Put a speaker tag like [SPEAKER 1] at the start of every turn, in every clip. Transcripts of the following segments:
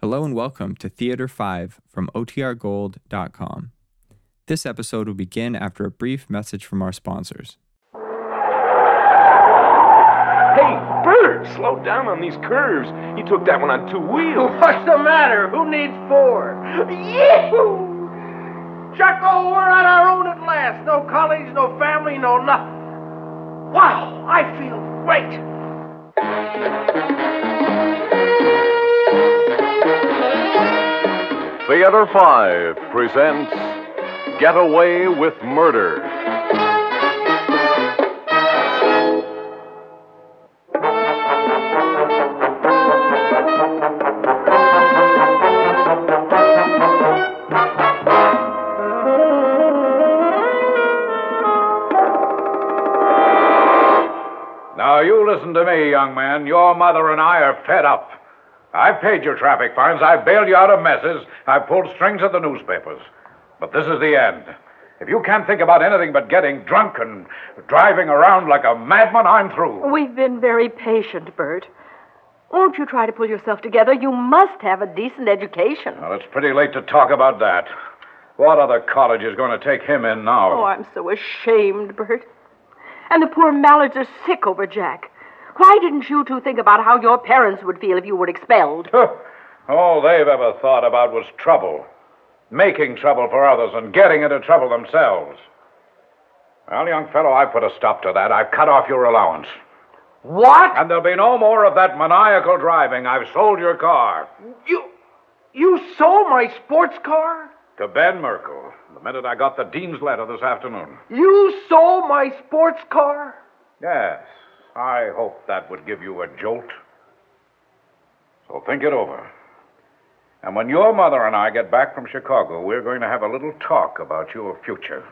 [SPEAKER 1] Hello and welcome to Theater 5 from OTRGold.com. This episode will begin after a brief message from our sponsors.
[SPEAKER 2] Hey, Bert, slow down on these curves. You took that one on two wheels.
[SPEAKER 3] What's the matter? Who needs four? Yee-hoo! Chucko, we're on our own at last. No colleagues, no family, no nothing. Wow, I feel great.
[SPEAKER 4] Theater 5 presents Getaway with Murder.
[SPEAKER 5] Now, you listen to me, young man. Your mother and I are fed up. I've paid your traffic fines. I've bailed you out of messes. I've pulled strings at the newspapers. But this is the end. If you can't think about anything but getting drunk and driving around like a madman, I'm through.
[SPEAKER 6] We've been very patient, Bert. Won't you try to pull yourself together? You must have a decent education.
[SPEAKER 5] Well, it's pretty late to talk about that. What other college is going to take him in now?
[SPEAKER 6] Oh, I'm so ashamed, Bert. And the poor Mallards are sick over Jack. Why didn't you two think about how your parents would feel if you were expelled?
[SPEAKER 5] All they've ever thought about was trouble. Making trouble for others and getting into trouble themselves. Well, young fellow, I've put a stop to that. I've cut off your allowance.
[SPEAKER 3] What?
[SPEAKER 5] And there'll be no more of that maniacal driving. I've sold your car
[SPEAKER 3] You you sold my sports car?
[SPEAKER 5] to Ben Merkel the minute I got the dean's letter this afternoon.
[SPEAKER 3] You sold my sports car?
[SPEAKER 5] Yes, I hoped that would give you a jolt. So think it over. And when your mother and I get back from Chicago, we're going to have a little talk about your future.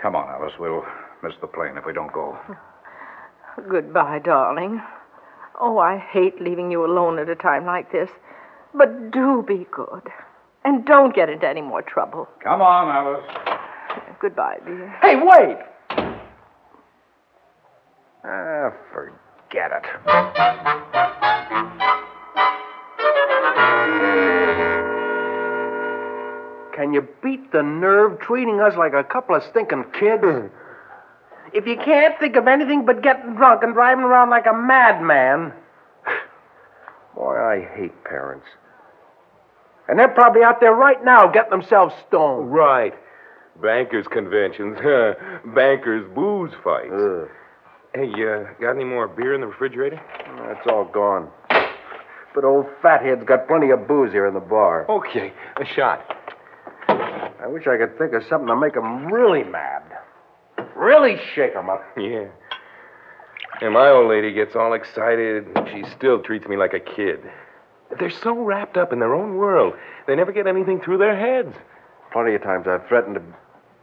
[SPEAKER 5] Come on, Alice. We'll miss the plane if we don't go.
[SPEAKER 6] Goodbye, darling. Oh, I hate leaving you alone at a time like this. But do be good. And don't get into any more trouble.
[SPEAKER 5] Come on, Alice.
[SPEAKER 6] Goodbye, dear.
[SPEAKER 3] Hey, wait.
[SPEAKER 5] Ah, forget it.
[SPEAKER 3] Can you beat the nerve treating us like a couple of stinking kids? If you can't think of anything but getting drunk and driving around like a madman. Boy, I hate parents. And they're probably out there right now getting themselves stoned.
[SPEAKER 2] Right. Bankers' conventions, bankers' booze fights. Hey, uh, got any more beer in the refrigerator?
[SPEAKER 3] That's all gone. But old fathead's got plenty of booze here in the bar.
[SPEAKER 2] Okay, a shot.
[SPEAKER 3] I wish I could think of something to make him really mad. Really shake him up.
[SPEAKER 2] Yeah. And my old lady gets all excited. and She still treats me like a kid. They're so wrapped up in their own world, they never get anything through their heads.
[SPEAKER 3] Plenty of times I've threatened to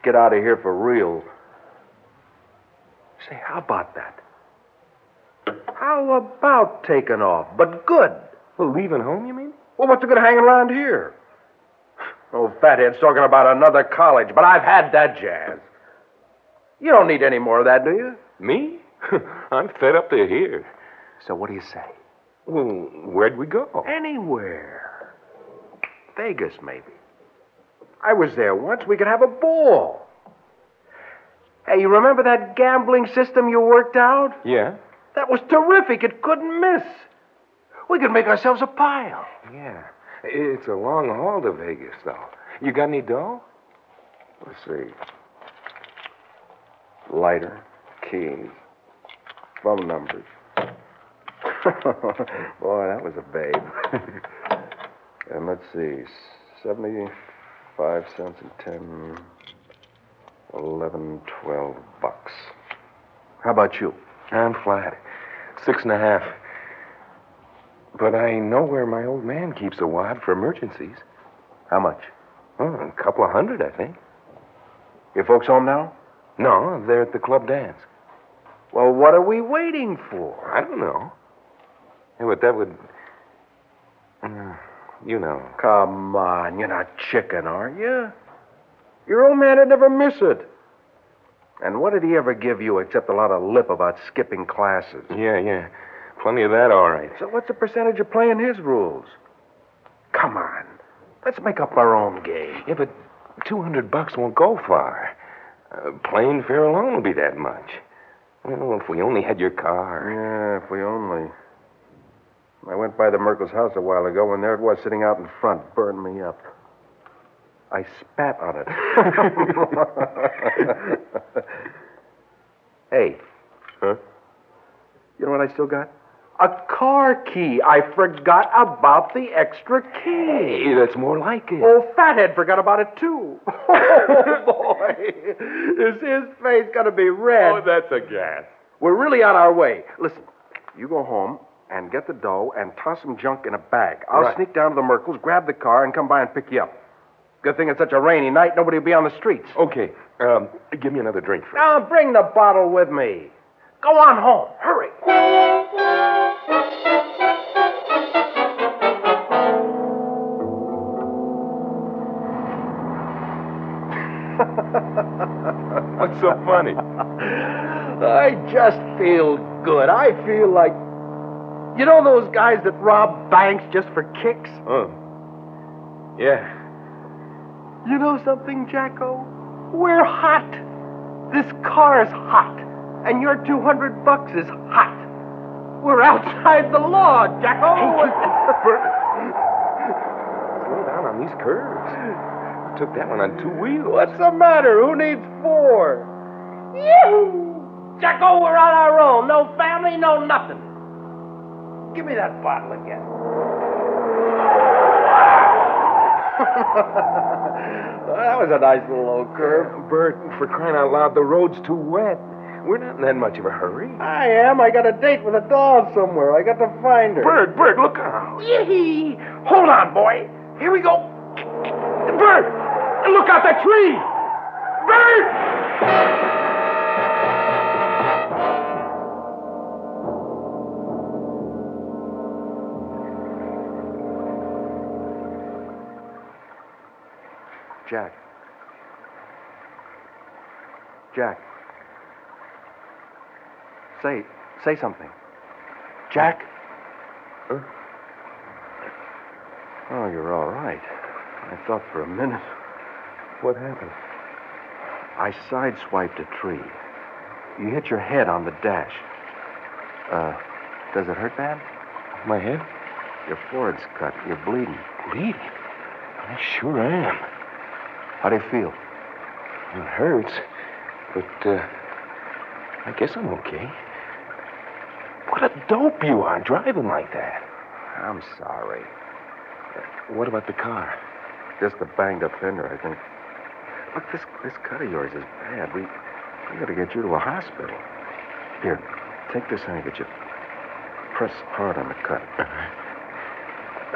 [SPEAKER 3] get out of here for real. Say, how about that? How about taking off? But good.
[SPEAKER 2] Well, leaving home, you mean?
[SPEAKER 3] Well, what's the good of hanging around here? Old fathead's talking about another college, but I've had that jazz. You don't need any more of that, do you?
[SPEAKER 2] Me? I'm fed up to here.
[SPEAKER 3] So what do you say?
[SPEAKER 2] Well, where'd we go?
[SPEAKER 3] Anywhere. Vegas, maybe. I was there once. We could have a ball. Hey, you remember that gambling system you worked out?
[SPEAKER 2] Yeah.
[SPEAKER 3] That was terrific. It couldn't miss. We could make ourselves a pile.
[SPEAKER 2] Yeah. It's a long haul to Vegas, though. You got any dough?
[SPEAKER 3] Let's see. Lighter, keys, phone numbers. Boy, that was a babe. and let's see, 75 cents and 10, 11, 12 bucks. How about you?
[SPEAKER 2] I'm flat. Six and a half. But I know where my old man keeps a wad for emergencies.
[SPEAKER 3] How much?
[SPEAKER 2] Oh, a couple of hundred, I think.
[SPEAKER 3] Your folks home now?
[SPEAKER 2] No, they're at the club dance.
[SPEAKER 3] Well, what are we waiting for?
[SPEAKER 2] I don't know. Yeah, but that would. Mm, You know.
[SPEAKER 3] Come on, you're not chicken, are you? Your old man would never miss it. And what did he ever give you except a lot of lip about skipping classes?
[SPEAKER 2] Yeah, yeah. Plenty of that, all right.
[SPEAKER 3] So what's the percentage of playing his rules? Come on. Let's make up our own game.
[SPEAKER 2] Yeah, but 200 bucks won't go far. Uh, plane fare alone will be that much. Well, if we only had your car.
[SPEAKER 3] Yeah, if we only. I went by the Merkel's house a while ago, and there it was sitting out in front. Burned me up. I spat on it. hey.
[SPEAKER 2] Huh?
[SPEAKER 3] You know what I still got? A car key. I forgot about the extra key.
[SPEAKER 2] Hey, that's more like it.
[SPEAKER 3] Old Fathead forgot about it, too. Oh, boy. Is his face going to be red?
[SPEAKER 2] Oh, that's a gas.
[SPEAKER 3] We're really on our way. Listen, you go home and get the dough and toss some junk in a bag. I'll
[SPEAKER 2] Right.
[SPEAKER 3] sneak down to the Merkels, grab the car, and come by and pick you up. Good thing it's such a rainy night, nobody will be on the streets.
[SPEAKER 2] Okay, um, give me another drink first.
[SPEAKER 3] Now bring the bottle with me. Go on home. Hurry.
[SPEAKER 2] What's so funny?
[SPEAKER 3] I just feel good. I feel like. You know those guys that rob banks just for kicks?
[SPEAKER 2] oh. Yeah.
[SPEAKER 3] You know something, Jacko? We're hot. This car's hot. And your 200 bucks is hot. We're outside the law, Jacko.
[SPEAKER 2] Slow down on these curves. Took that one on two wheels.
[SPEAKER 3] What's the matter? Who needs four? Yoo-hoo! Jacko, we're on our own. No family, no nothing. Give me that bottle again. that was a nice little old curve.
[SPEAKER 2] Bert, for crying out loud, the road's too wet. We're not in that much of a hurry.
[SPEAKER 3] I am. I got a date with a doll somewhere. I got to find her.
[SPEAKER 2] Bert, Bert, look out.
[SPEAKER 3] Yee-hee. Hold on, boy. Here we go. Bert, look out that tree. Bert! Jack. Jack. Say, say something. Jack? Oh, you're all right. I thought for a minute. What happened? I sideswiped a tree. You hit your head on the dash. Uh, does it hurt bad?
[SPEAKER 2] My head?
[SPEAKER 3] Your forehead's cut. You're bleeding.
[SPEAKER 2] Bleeding? I sure am.
[SPEAKER 3] How do you feel?
[SPEAKER 2] It hurts, but uh, I guess I'm okay. What a dope you are driving like that.
[SPEAKER 3] I'm sorry.
[SPEAKER 2] What about the car?
[SPEAKER 3] Just the banged up fender, I think. Look, this this cut of yours is bad. We we gotta get you to a hospital. Here, take this handkerchief. Press hard on the cut.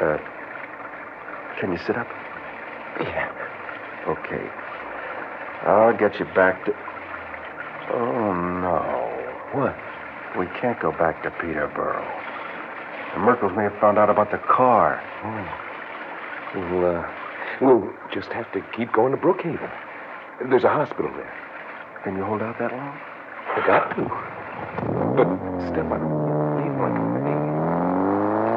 [SPEAKER 3] Uh, can you sit up?
[SPEAKER 2] Yeah.
[SPEAKER 3] Okay. I'll get you back to. Oh no!
[SPEAKER 2] What?
[SPEAKER 3] We can't go back to Peterborough. The Merkels may have found out about the car.
[SPEAKER 2] Oh. We'll, uh, we'll just have to keep going to Brookhaven. There's a hospital there.
[SPEAKER 3] Can you hold out that long?
[SPEAKER 2] I got to. But step on it. Leave like a baby.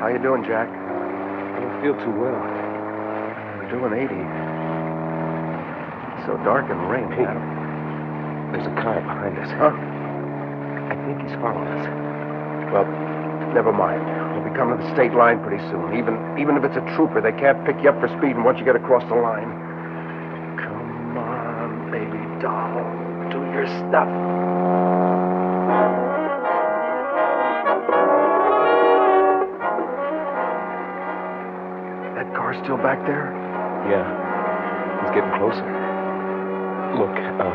[SPEAKER 3] How you doing, Jack?
[SPEAKER 2] I don't feel too well.
[SPEAKER 3] We're doing 80. It's so dark and rainy.
[SPEAKER 2] Hey.
[SPEAKER 3] I don't-
[SPEAKER 2] There's a car behind us.
[SPEAKER 3] Huh?
[SPEAKER 2] I think he's following us.
[SPEAKER 3] Well, never mind. We'll be coming to the state line pretty soon. Even even if it's a trooper, they can't pick you up for speeding once you get across the line. Come on, baby doll. Do your stuff. That car still back there?
[SPEAKER 2] Yeah. He's getting closer. Look, uh,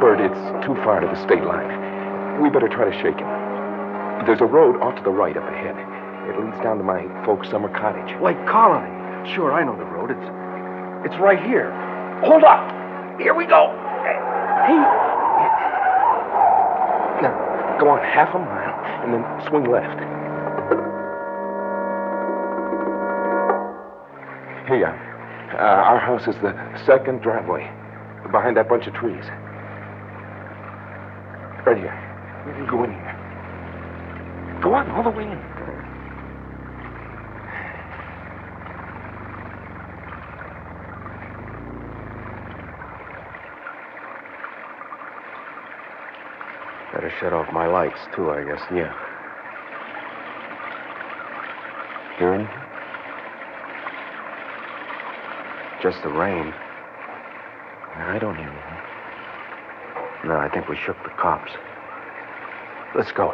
[SPEAKER 2] Bert, it's too far to the state line. We better try to shake him. There's a road off to the right up ahead. It leads down to my folks' summer cottage.
[SPEAKER 3] White Colony. Sure, I know the road. It's it's right here. Hold up. Here we go. Hey,
[SPEAKER 2] Now, go on half a mile and then swing left. Here you are. Uh, our house is the second driveway. Behind that bunch of trees. Right here. Go in here. Go on, all the way in.
[SPEAKER 3] Better shut off my lights, too, I guess. Yeah. Hear anything? Just the rain. I don't hear anything. No, I think we shook the cops. Let's go.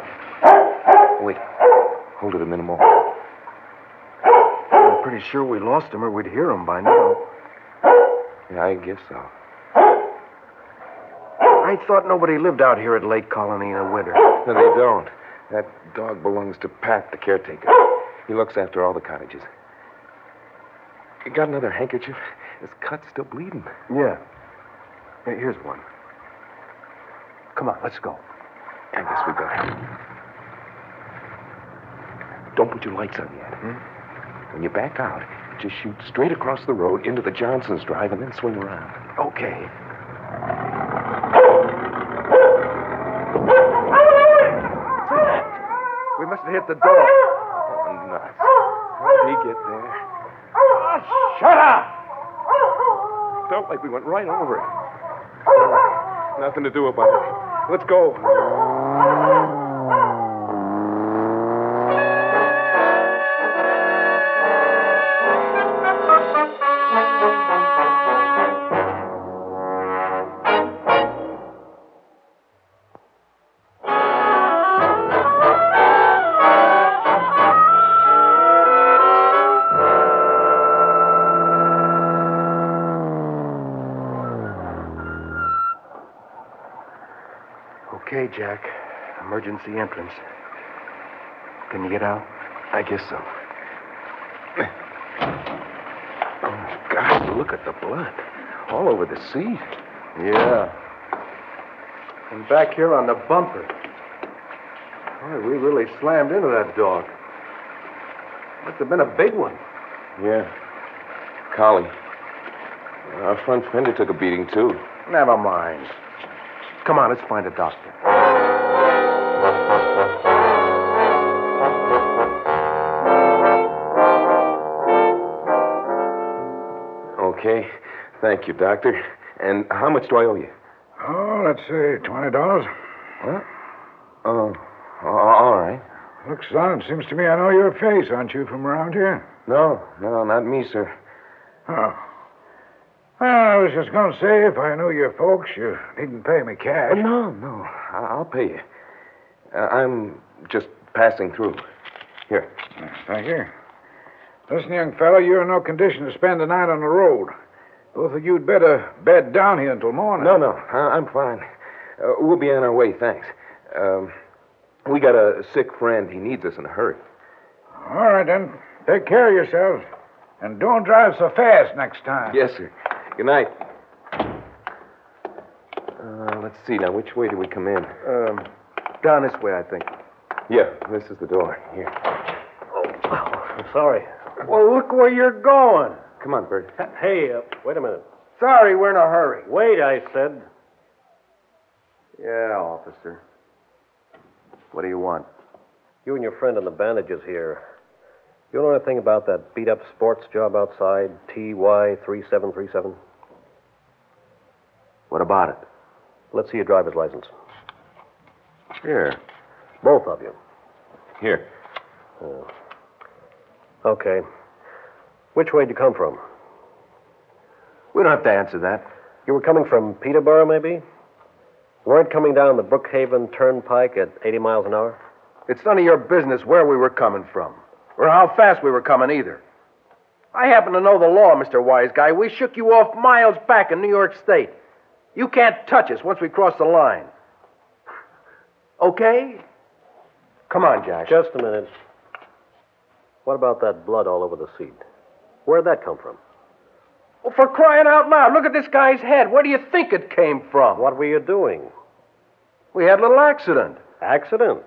[SPEAKER 3] Wait.
[SPEAKER 2] Hold it a minute more.
[SPEAKER 3] I'm pretty sure we lost him or we'd hear him by now.
[SPEAKER 2] Yeah, I guess so.
[SPEAKER 3] I thought nobody lived out here at Lake Colony in the winter.
[SPEAKER 2] No, they don't. That dog belongs to Pat, the caretaker. He looks after all the cottages. You got another handkerchief? This cut's still bleeding.
[SPEAKER 3] Yeah. Hey, here's one. Come on, let's go.
[SPEAKER 2] I guess we better. Don't put your lights on yet. hmm? When you back out, just shoot straight across the road into the Johnson's drive and then swing around.
[SPEAKER 3] Okay. We must have hit the door.
[SPEAKER 2] Oh, nuts. How'd he get there?
[SPEAKER 3] Shut up!
[SPEAKER 2] Felt like we went right over it. All right. Nothing to do about it. Let's go.
[SPEAKER 3] Okay, Jack. Emergency entrance. Can you get out?
[SPEAKER 2] I guess so. Oh, God, look at the blood. All over the seat.
[SPEAKER 3] Yeah. And back here on the bumper. Boy, we really slammed into that dog. Must have been a big one.
[SPEAKER 2] Yeah. Collie. Our front fender took a beating, too.
[SPEAKER 3] Never mind. Come on, let's find a doctor.
[SPEAKER 2] Okay. Thank you, Doctor. And how much do I owe you?
[SPEAKER 7] Oh, let's see, twenty dollars.
[SPEAKER 2] Oh, a- all right.
[SPEAKER 7] Look, son, it seems to me I know your face, aren't you, from around here?
[SPEAKER 2] No, no, not me, sir.
[SPEAKER 7] Oh. Well, I was just going to say, if I knew your folks, you needn't pay me cash.
[SPEAKER 2] Oh, no, no. I- I'll pay you. Uh, I'm just passing through. Here.
[SPEAKER 7] Thank you. Listen, young fellow, you're in no condition to spend the night on the road. Both of you'd better bed down here until morning.
[SPEAKER 2] No, no, I- I'm fine. Uh, we'll be on our way, thanks. Um, we got a sick friend. He needs us in a hurry.
[SPEAKER 7] All right, then. Take care of yourselves. And don't drive so fast next time.
[SPEAKER 2] Yes, sir. Good night. Uh, let's see now. Which way do we come in?
[SPEAKER 3] Um, down this way, I think.
[SPEAKER 2] Yeah, this is the door. Here.
[SPEAKER 3] I'm sorry.
[SPEAKER 8] Well, look where you're going.
[SPEAKER 2] Come on, Bert.
[SPEAKER 9] Hey, uh, wait a minute.
[SPEAKER 8] Sorry, we're in a hurry.
[SPEAKER 9] Wait, I said.
[SPEAKER 3] Yeah, officer. What do you want?
[SPEAKER 9] You and your friend in the bandages here. You know anything about that beat up sports job outside TY3737?
[SPEAKER 3] What about it?
[SPEAKER 9] Let's see your driver's license.
[SPEAKER 3] Here.
[SPEAKER 9] Both of you.
[SPEAKER 2] Here.
[SPEAKER 9] Okay. Which way'd you come from?
[SPEAKER 3] We don't have to answer that.
[SPEAKER 9] You were coming from Peterborough, maybe? Weren't coming down the Brookhaven Turnpike at 80 miles an hour?
[SPEAKER 3] It's none of your business where we were coming from or how fast we were coming either.
[SPEAKER 8] I happen to know the law, Mr. Wise Guy. We shook you off miles back in New York State. You can't touch us once we cross the line. Okay?
[SPEAKER 3] Come on, Jack.
[SPEAKER 9] Just a minute. What about that blood all over the seat? Where'd that come from?
[SPEAKER 8] Well, for crying out loud, look at this guy's head. Where do you think it came from?
[SPEAKER 9] What were you doing?
[SPEAKER 8] We had a little accident.
[SPEAKER 9] Accident?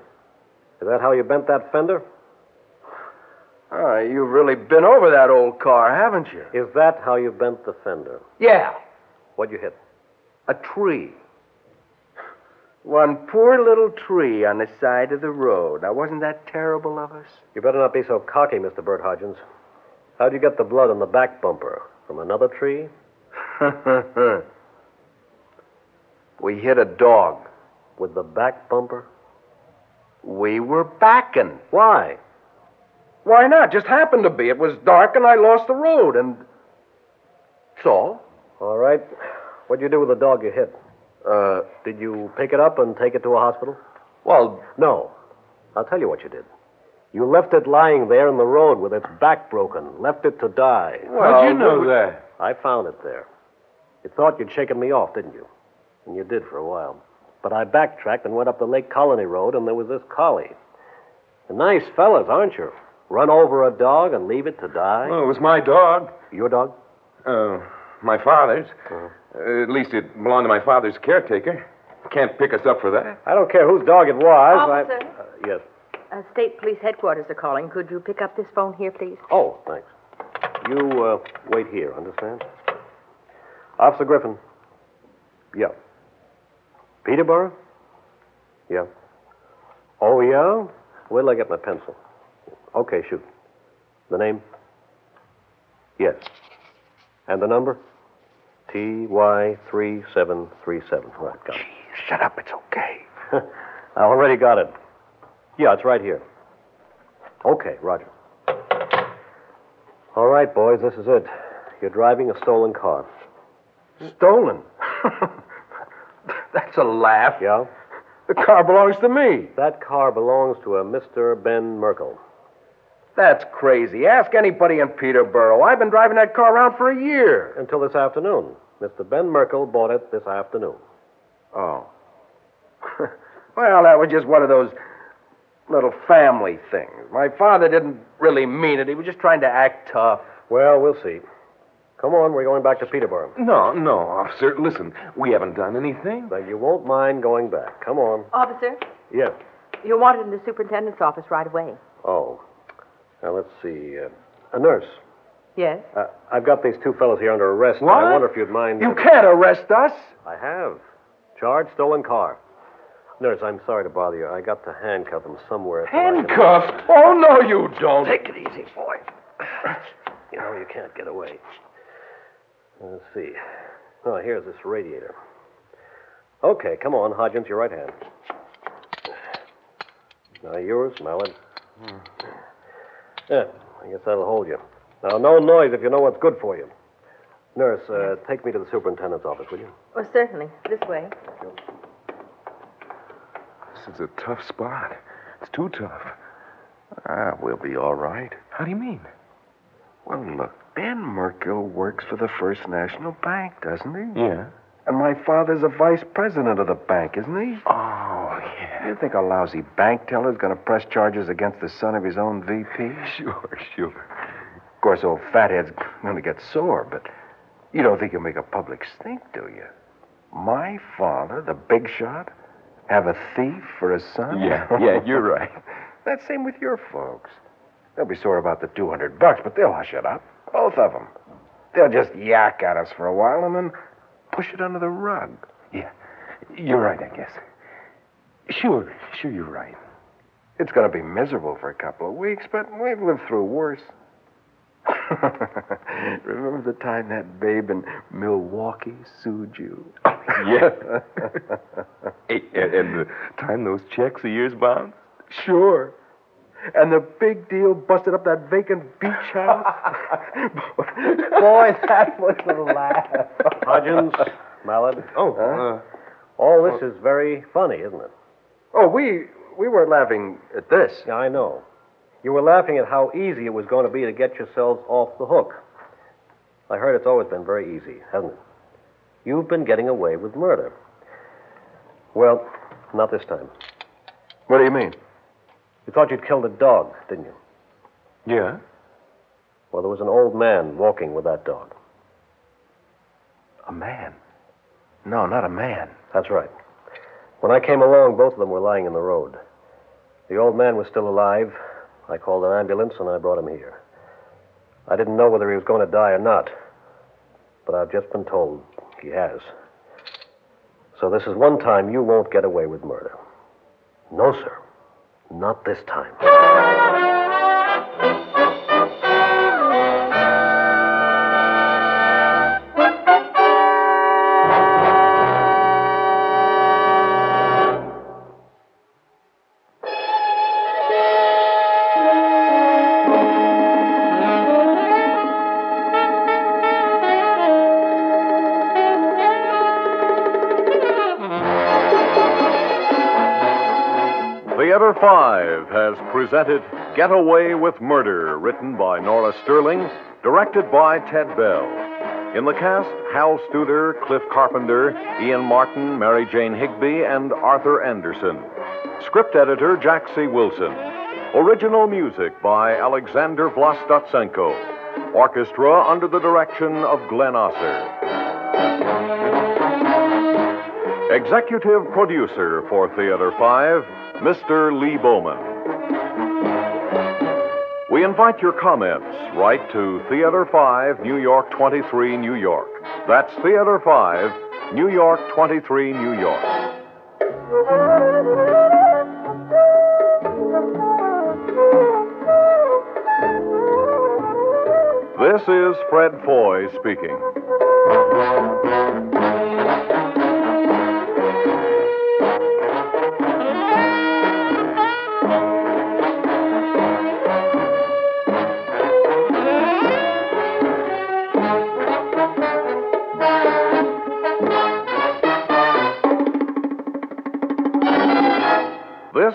[SPEAKER 9] Is that how you bent that fender?
[SPEAKER 8] Ah, you've really been over that old car, haven't you?
[SPEAKER 9] Is that how you bent the fender?
[SPEAKER 8] Yeah.
[SPEAKER 9] What'd you hit?
[SPEAKER 3] A tree. One poor little tree on the side of the road. Now, wasn't that terrible of us?
[SPEAKER 10] You better not be so cocky, Mr. Bert Hodgins. How'd you get the blood on the back bumper? From another tree?
[SPEAKER 3] we hit a dog.
[SPEAKER 10] With the back bumper?
[SPEAKER 3] We were backing.
[SPEAKER 10] Why?
[SPEAKER 3] Why not? Just happened to be. It was dark and I lost the road, and. That's all.
[SPEAKER 10] All right. What'd you do with the dog you hit? Uh, did you pick it up and take it to a hospital?
[SPEAKER 3] Well,
[SPEAKER 10] No. I'll tell you what you did. You left it lying there in the road with its back broken, left it to die.
[SPEAKER 3] How'd you know
[SPEAKER 5] that?
[SPEAKER 10] I found it there. You thought you'd shaken me off, didn't you? And you did for a while. But I backtracked and went up the Lake Colony Road, and there was this collie. And Nice fellas, aren't you? Run over a dog and leave it to die?
[SPEAKER 2] Well, it was my dog.
[SPEAKER 10] Your dog?
[SPEAKER 2] Uh, my father's. Uh, at least it belonged to my father's caretaker. Can't pick us up for that.
[SPEAKER 10] I don't care whose dog it was.
[SPEAKER 6] Officer,
[SPEAKER 10] I... Uh, yes.
[SPEAKER 6] uh, State Police Headquarters are calling. Could you pick up this phone here, please?
[SPEAKER 10] Oh, thanks. You uh, wait here, understand? Officer Griffin. Yeah. Peterborough? Yeah. Oh, yeah? Where will I get my pencil? Okay, shoot. The name? Yes. And the number? TY3737. Right, got it.
[SPEAKER 3] Shut up, it's okay.
[SPEAKER 10] I already got it. Yeah, it's right here. Okay, Roger. All right, boys, this is it. You're driving a stolen car.
[SPEAKER 3] Stolen. That's a laugh.
[SPEAKER 10] Yeah?
[SPEAKER 3] The car belongs to me.
[SPEAKER 10] That car belongs to a Mr. Ben Merkel.
[SPEAKER 3] That's crazy. Ask anybody in Peterborough. I've been driving that car around for a year.
[SPEAKER 10] Until this afternoon. Mr. Ben Merkel bought it this afternoon.
[SPEAKER 3] Oh. well, that was just one of those little family things. My father didn't really mean it. He was just trying to act tough.
[SPEAKER 10] Well, we'll see. Come on, we're going back to Peterborough.
[SPEAKER 2] No, no, officer. Listen, we haven't done anything.
[SPEAKER 10] But you won't mind going back. Come on.
[SPEAKER 6] Officer,
[SPEAKER 10] Yes.
[SPEAKER 6] you're wanted in the superintendent's office right away.
[SPEAKER 10] Oh. Now, let's see. Uh, a nurse.
[SPEAKER 6] Yes?
[SPEAKER 10] Uh, I've got these two fellows here under arrest. and I
[SPEAKER 3] What?
[SPEAKER 10] wonder if you'd mind.
[SPEAKER 3] You can't arrest us.
[SPEAKER 10] I have. Charged stolen car. Nurse, I'm sorry to bother you. I got to handcuff him somewhere. at the light.
[SPEAKER 2] Handcuffed? Oh, no, you don't.
[SPEAKER 10] Take it easy, boy. You know, you can't get away. Let's see. Oh, here's this radiator. Okay, come on, Hodgins, your right hand. Now yours, Mallard. Yeah, I guess that'll hold you. Now, no noise if you know what's good for you. Nurse, uh, take me to the superintendent's office, will you?
[SPEAKER 6] Oh, certainly. This way.
[SPEAKER 2] This is a tough spot. It's too tough. Ah, we'll be all right. How do you mean?
[SPEAKER 11] Well, look, Ben Merkel works for the First National Bank, doesn't he?
[SPEAKER 2] Yeah.
[SPEAKER 11] And my father's a vice president of the bank, isn't he?
[SPEAKER 2] Oh, yeah.
[SPEAKER 11] You think a lousy bank teller's going to press charges against the son of his own VP?
[SPEAKER 2] Sure, sure.
[SPEAKER 11] Of course, old fathead's going to get sore, but you don't think he'll make a public stink, do you? My father, the big shot, have a thief for a son?
[SPEAKER 2] Yeah, yeah, you're right.
[SPEAKER 11] That same with your folks. They'll be sore about the 200 bucks, but they'll hush it up. Both of them. They'll just yak at us for a while and then push it under the rug.
[SPEAKER 2] Yeah. You're right, I guess. Sure, sure, you're right.
[SPEAKER 11] It's going to be miserable for a couple of weeks, but we've lived through worse. Remember the time that babe in Milwaukee sued you?
[SPEAKER 2] Yeah. and, and the time those checks of yours bounced?
[SPEAKER 11] Sure. And the big deal busted up that vacant beach house.
[SPEAKER 3] Boy, that was a laugh.
[SPEAKER 10] Hodgins, Mallard.
[SPEAKER 2] Oh,
[SPEAKER 10] All this is very funny, isn't it?
[SPEAKER 3] Oh, we we were laughing at this.
[SPEAKER 10] Yeah, I know. You were laughing at how easy it was going to be to get yourselves off the hook. I heard it's always been very easy, hasn't it? You've been getting away with murder. Well, not this time.
[SPEAKER 11] what do you mean?
[SPEAKER 10] You thought you'd killed a dog, didn't you?
[SPEAKER 2] yeah.
[SPEAKER 10] Well, there was an old man walking with that dog.
[SPEAKER 11] A man. No, not a man.
[SPEAKER 10] That's right. When I came along, both of them were lying in the road. The old man was still alive. I called an ambulance and I brought him here. I didn't know whether he was going to die or not, but I've just been told he has.
[SPEAKER 2] So this is one time you won't get away with murder. No, sir. Not this time.
[SPEAKER 3] Theater 5 has presented Getaway with Murder, written by Nora Sterling, directed by Ted Bell. In the cast, Hal Studer, Cliff Carpenter, Ian Martin, Mary Jane Higby, and Arthur Anderson. Script editor, Jack C. Wilson. Original music by Alexander Vlastotsenko. Orchestra under the direction of Glenn Osser. Executive producer for Theater 5, Mr. Lee Bowman. We invite your comments. Write to Theater 5, New York 23, New York. That's Theater 5, New York 23, New York. This is Fred Foy speaking. This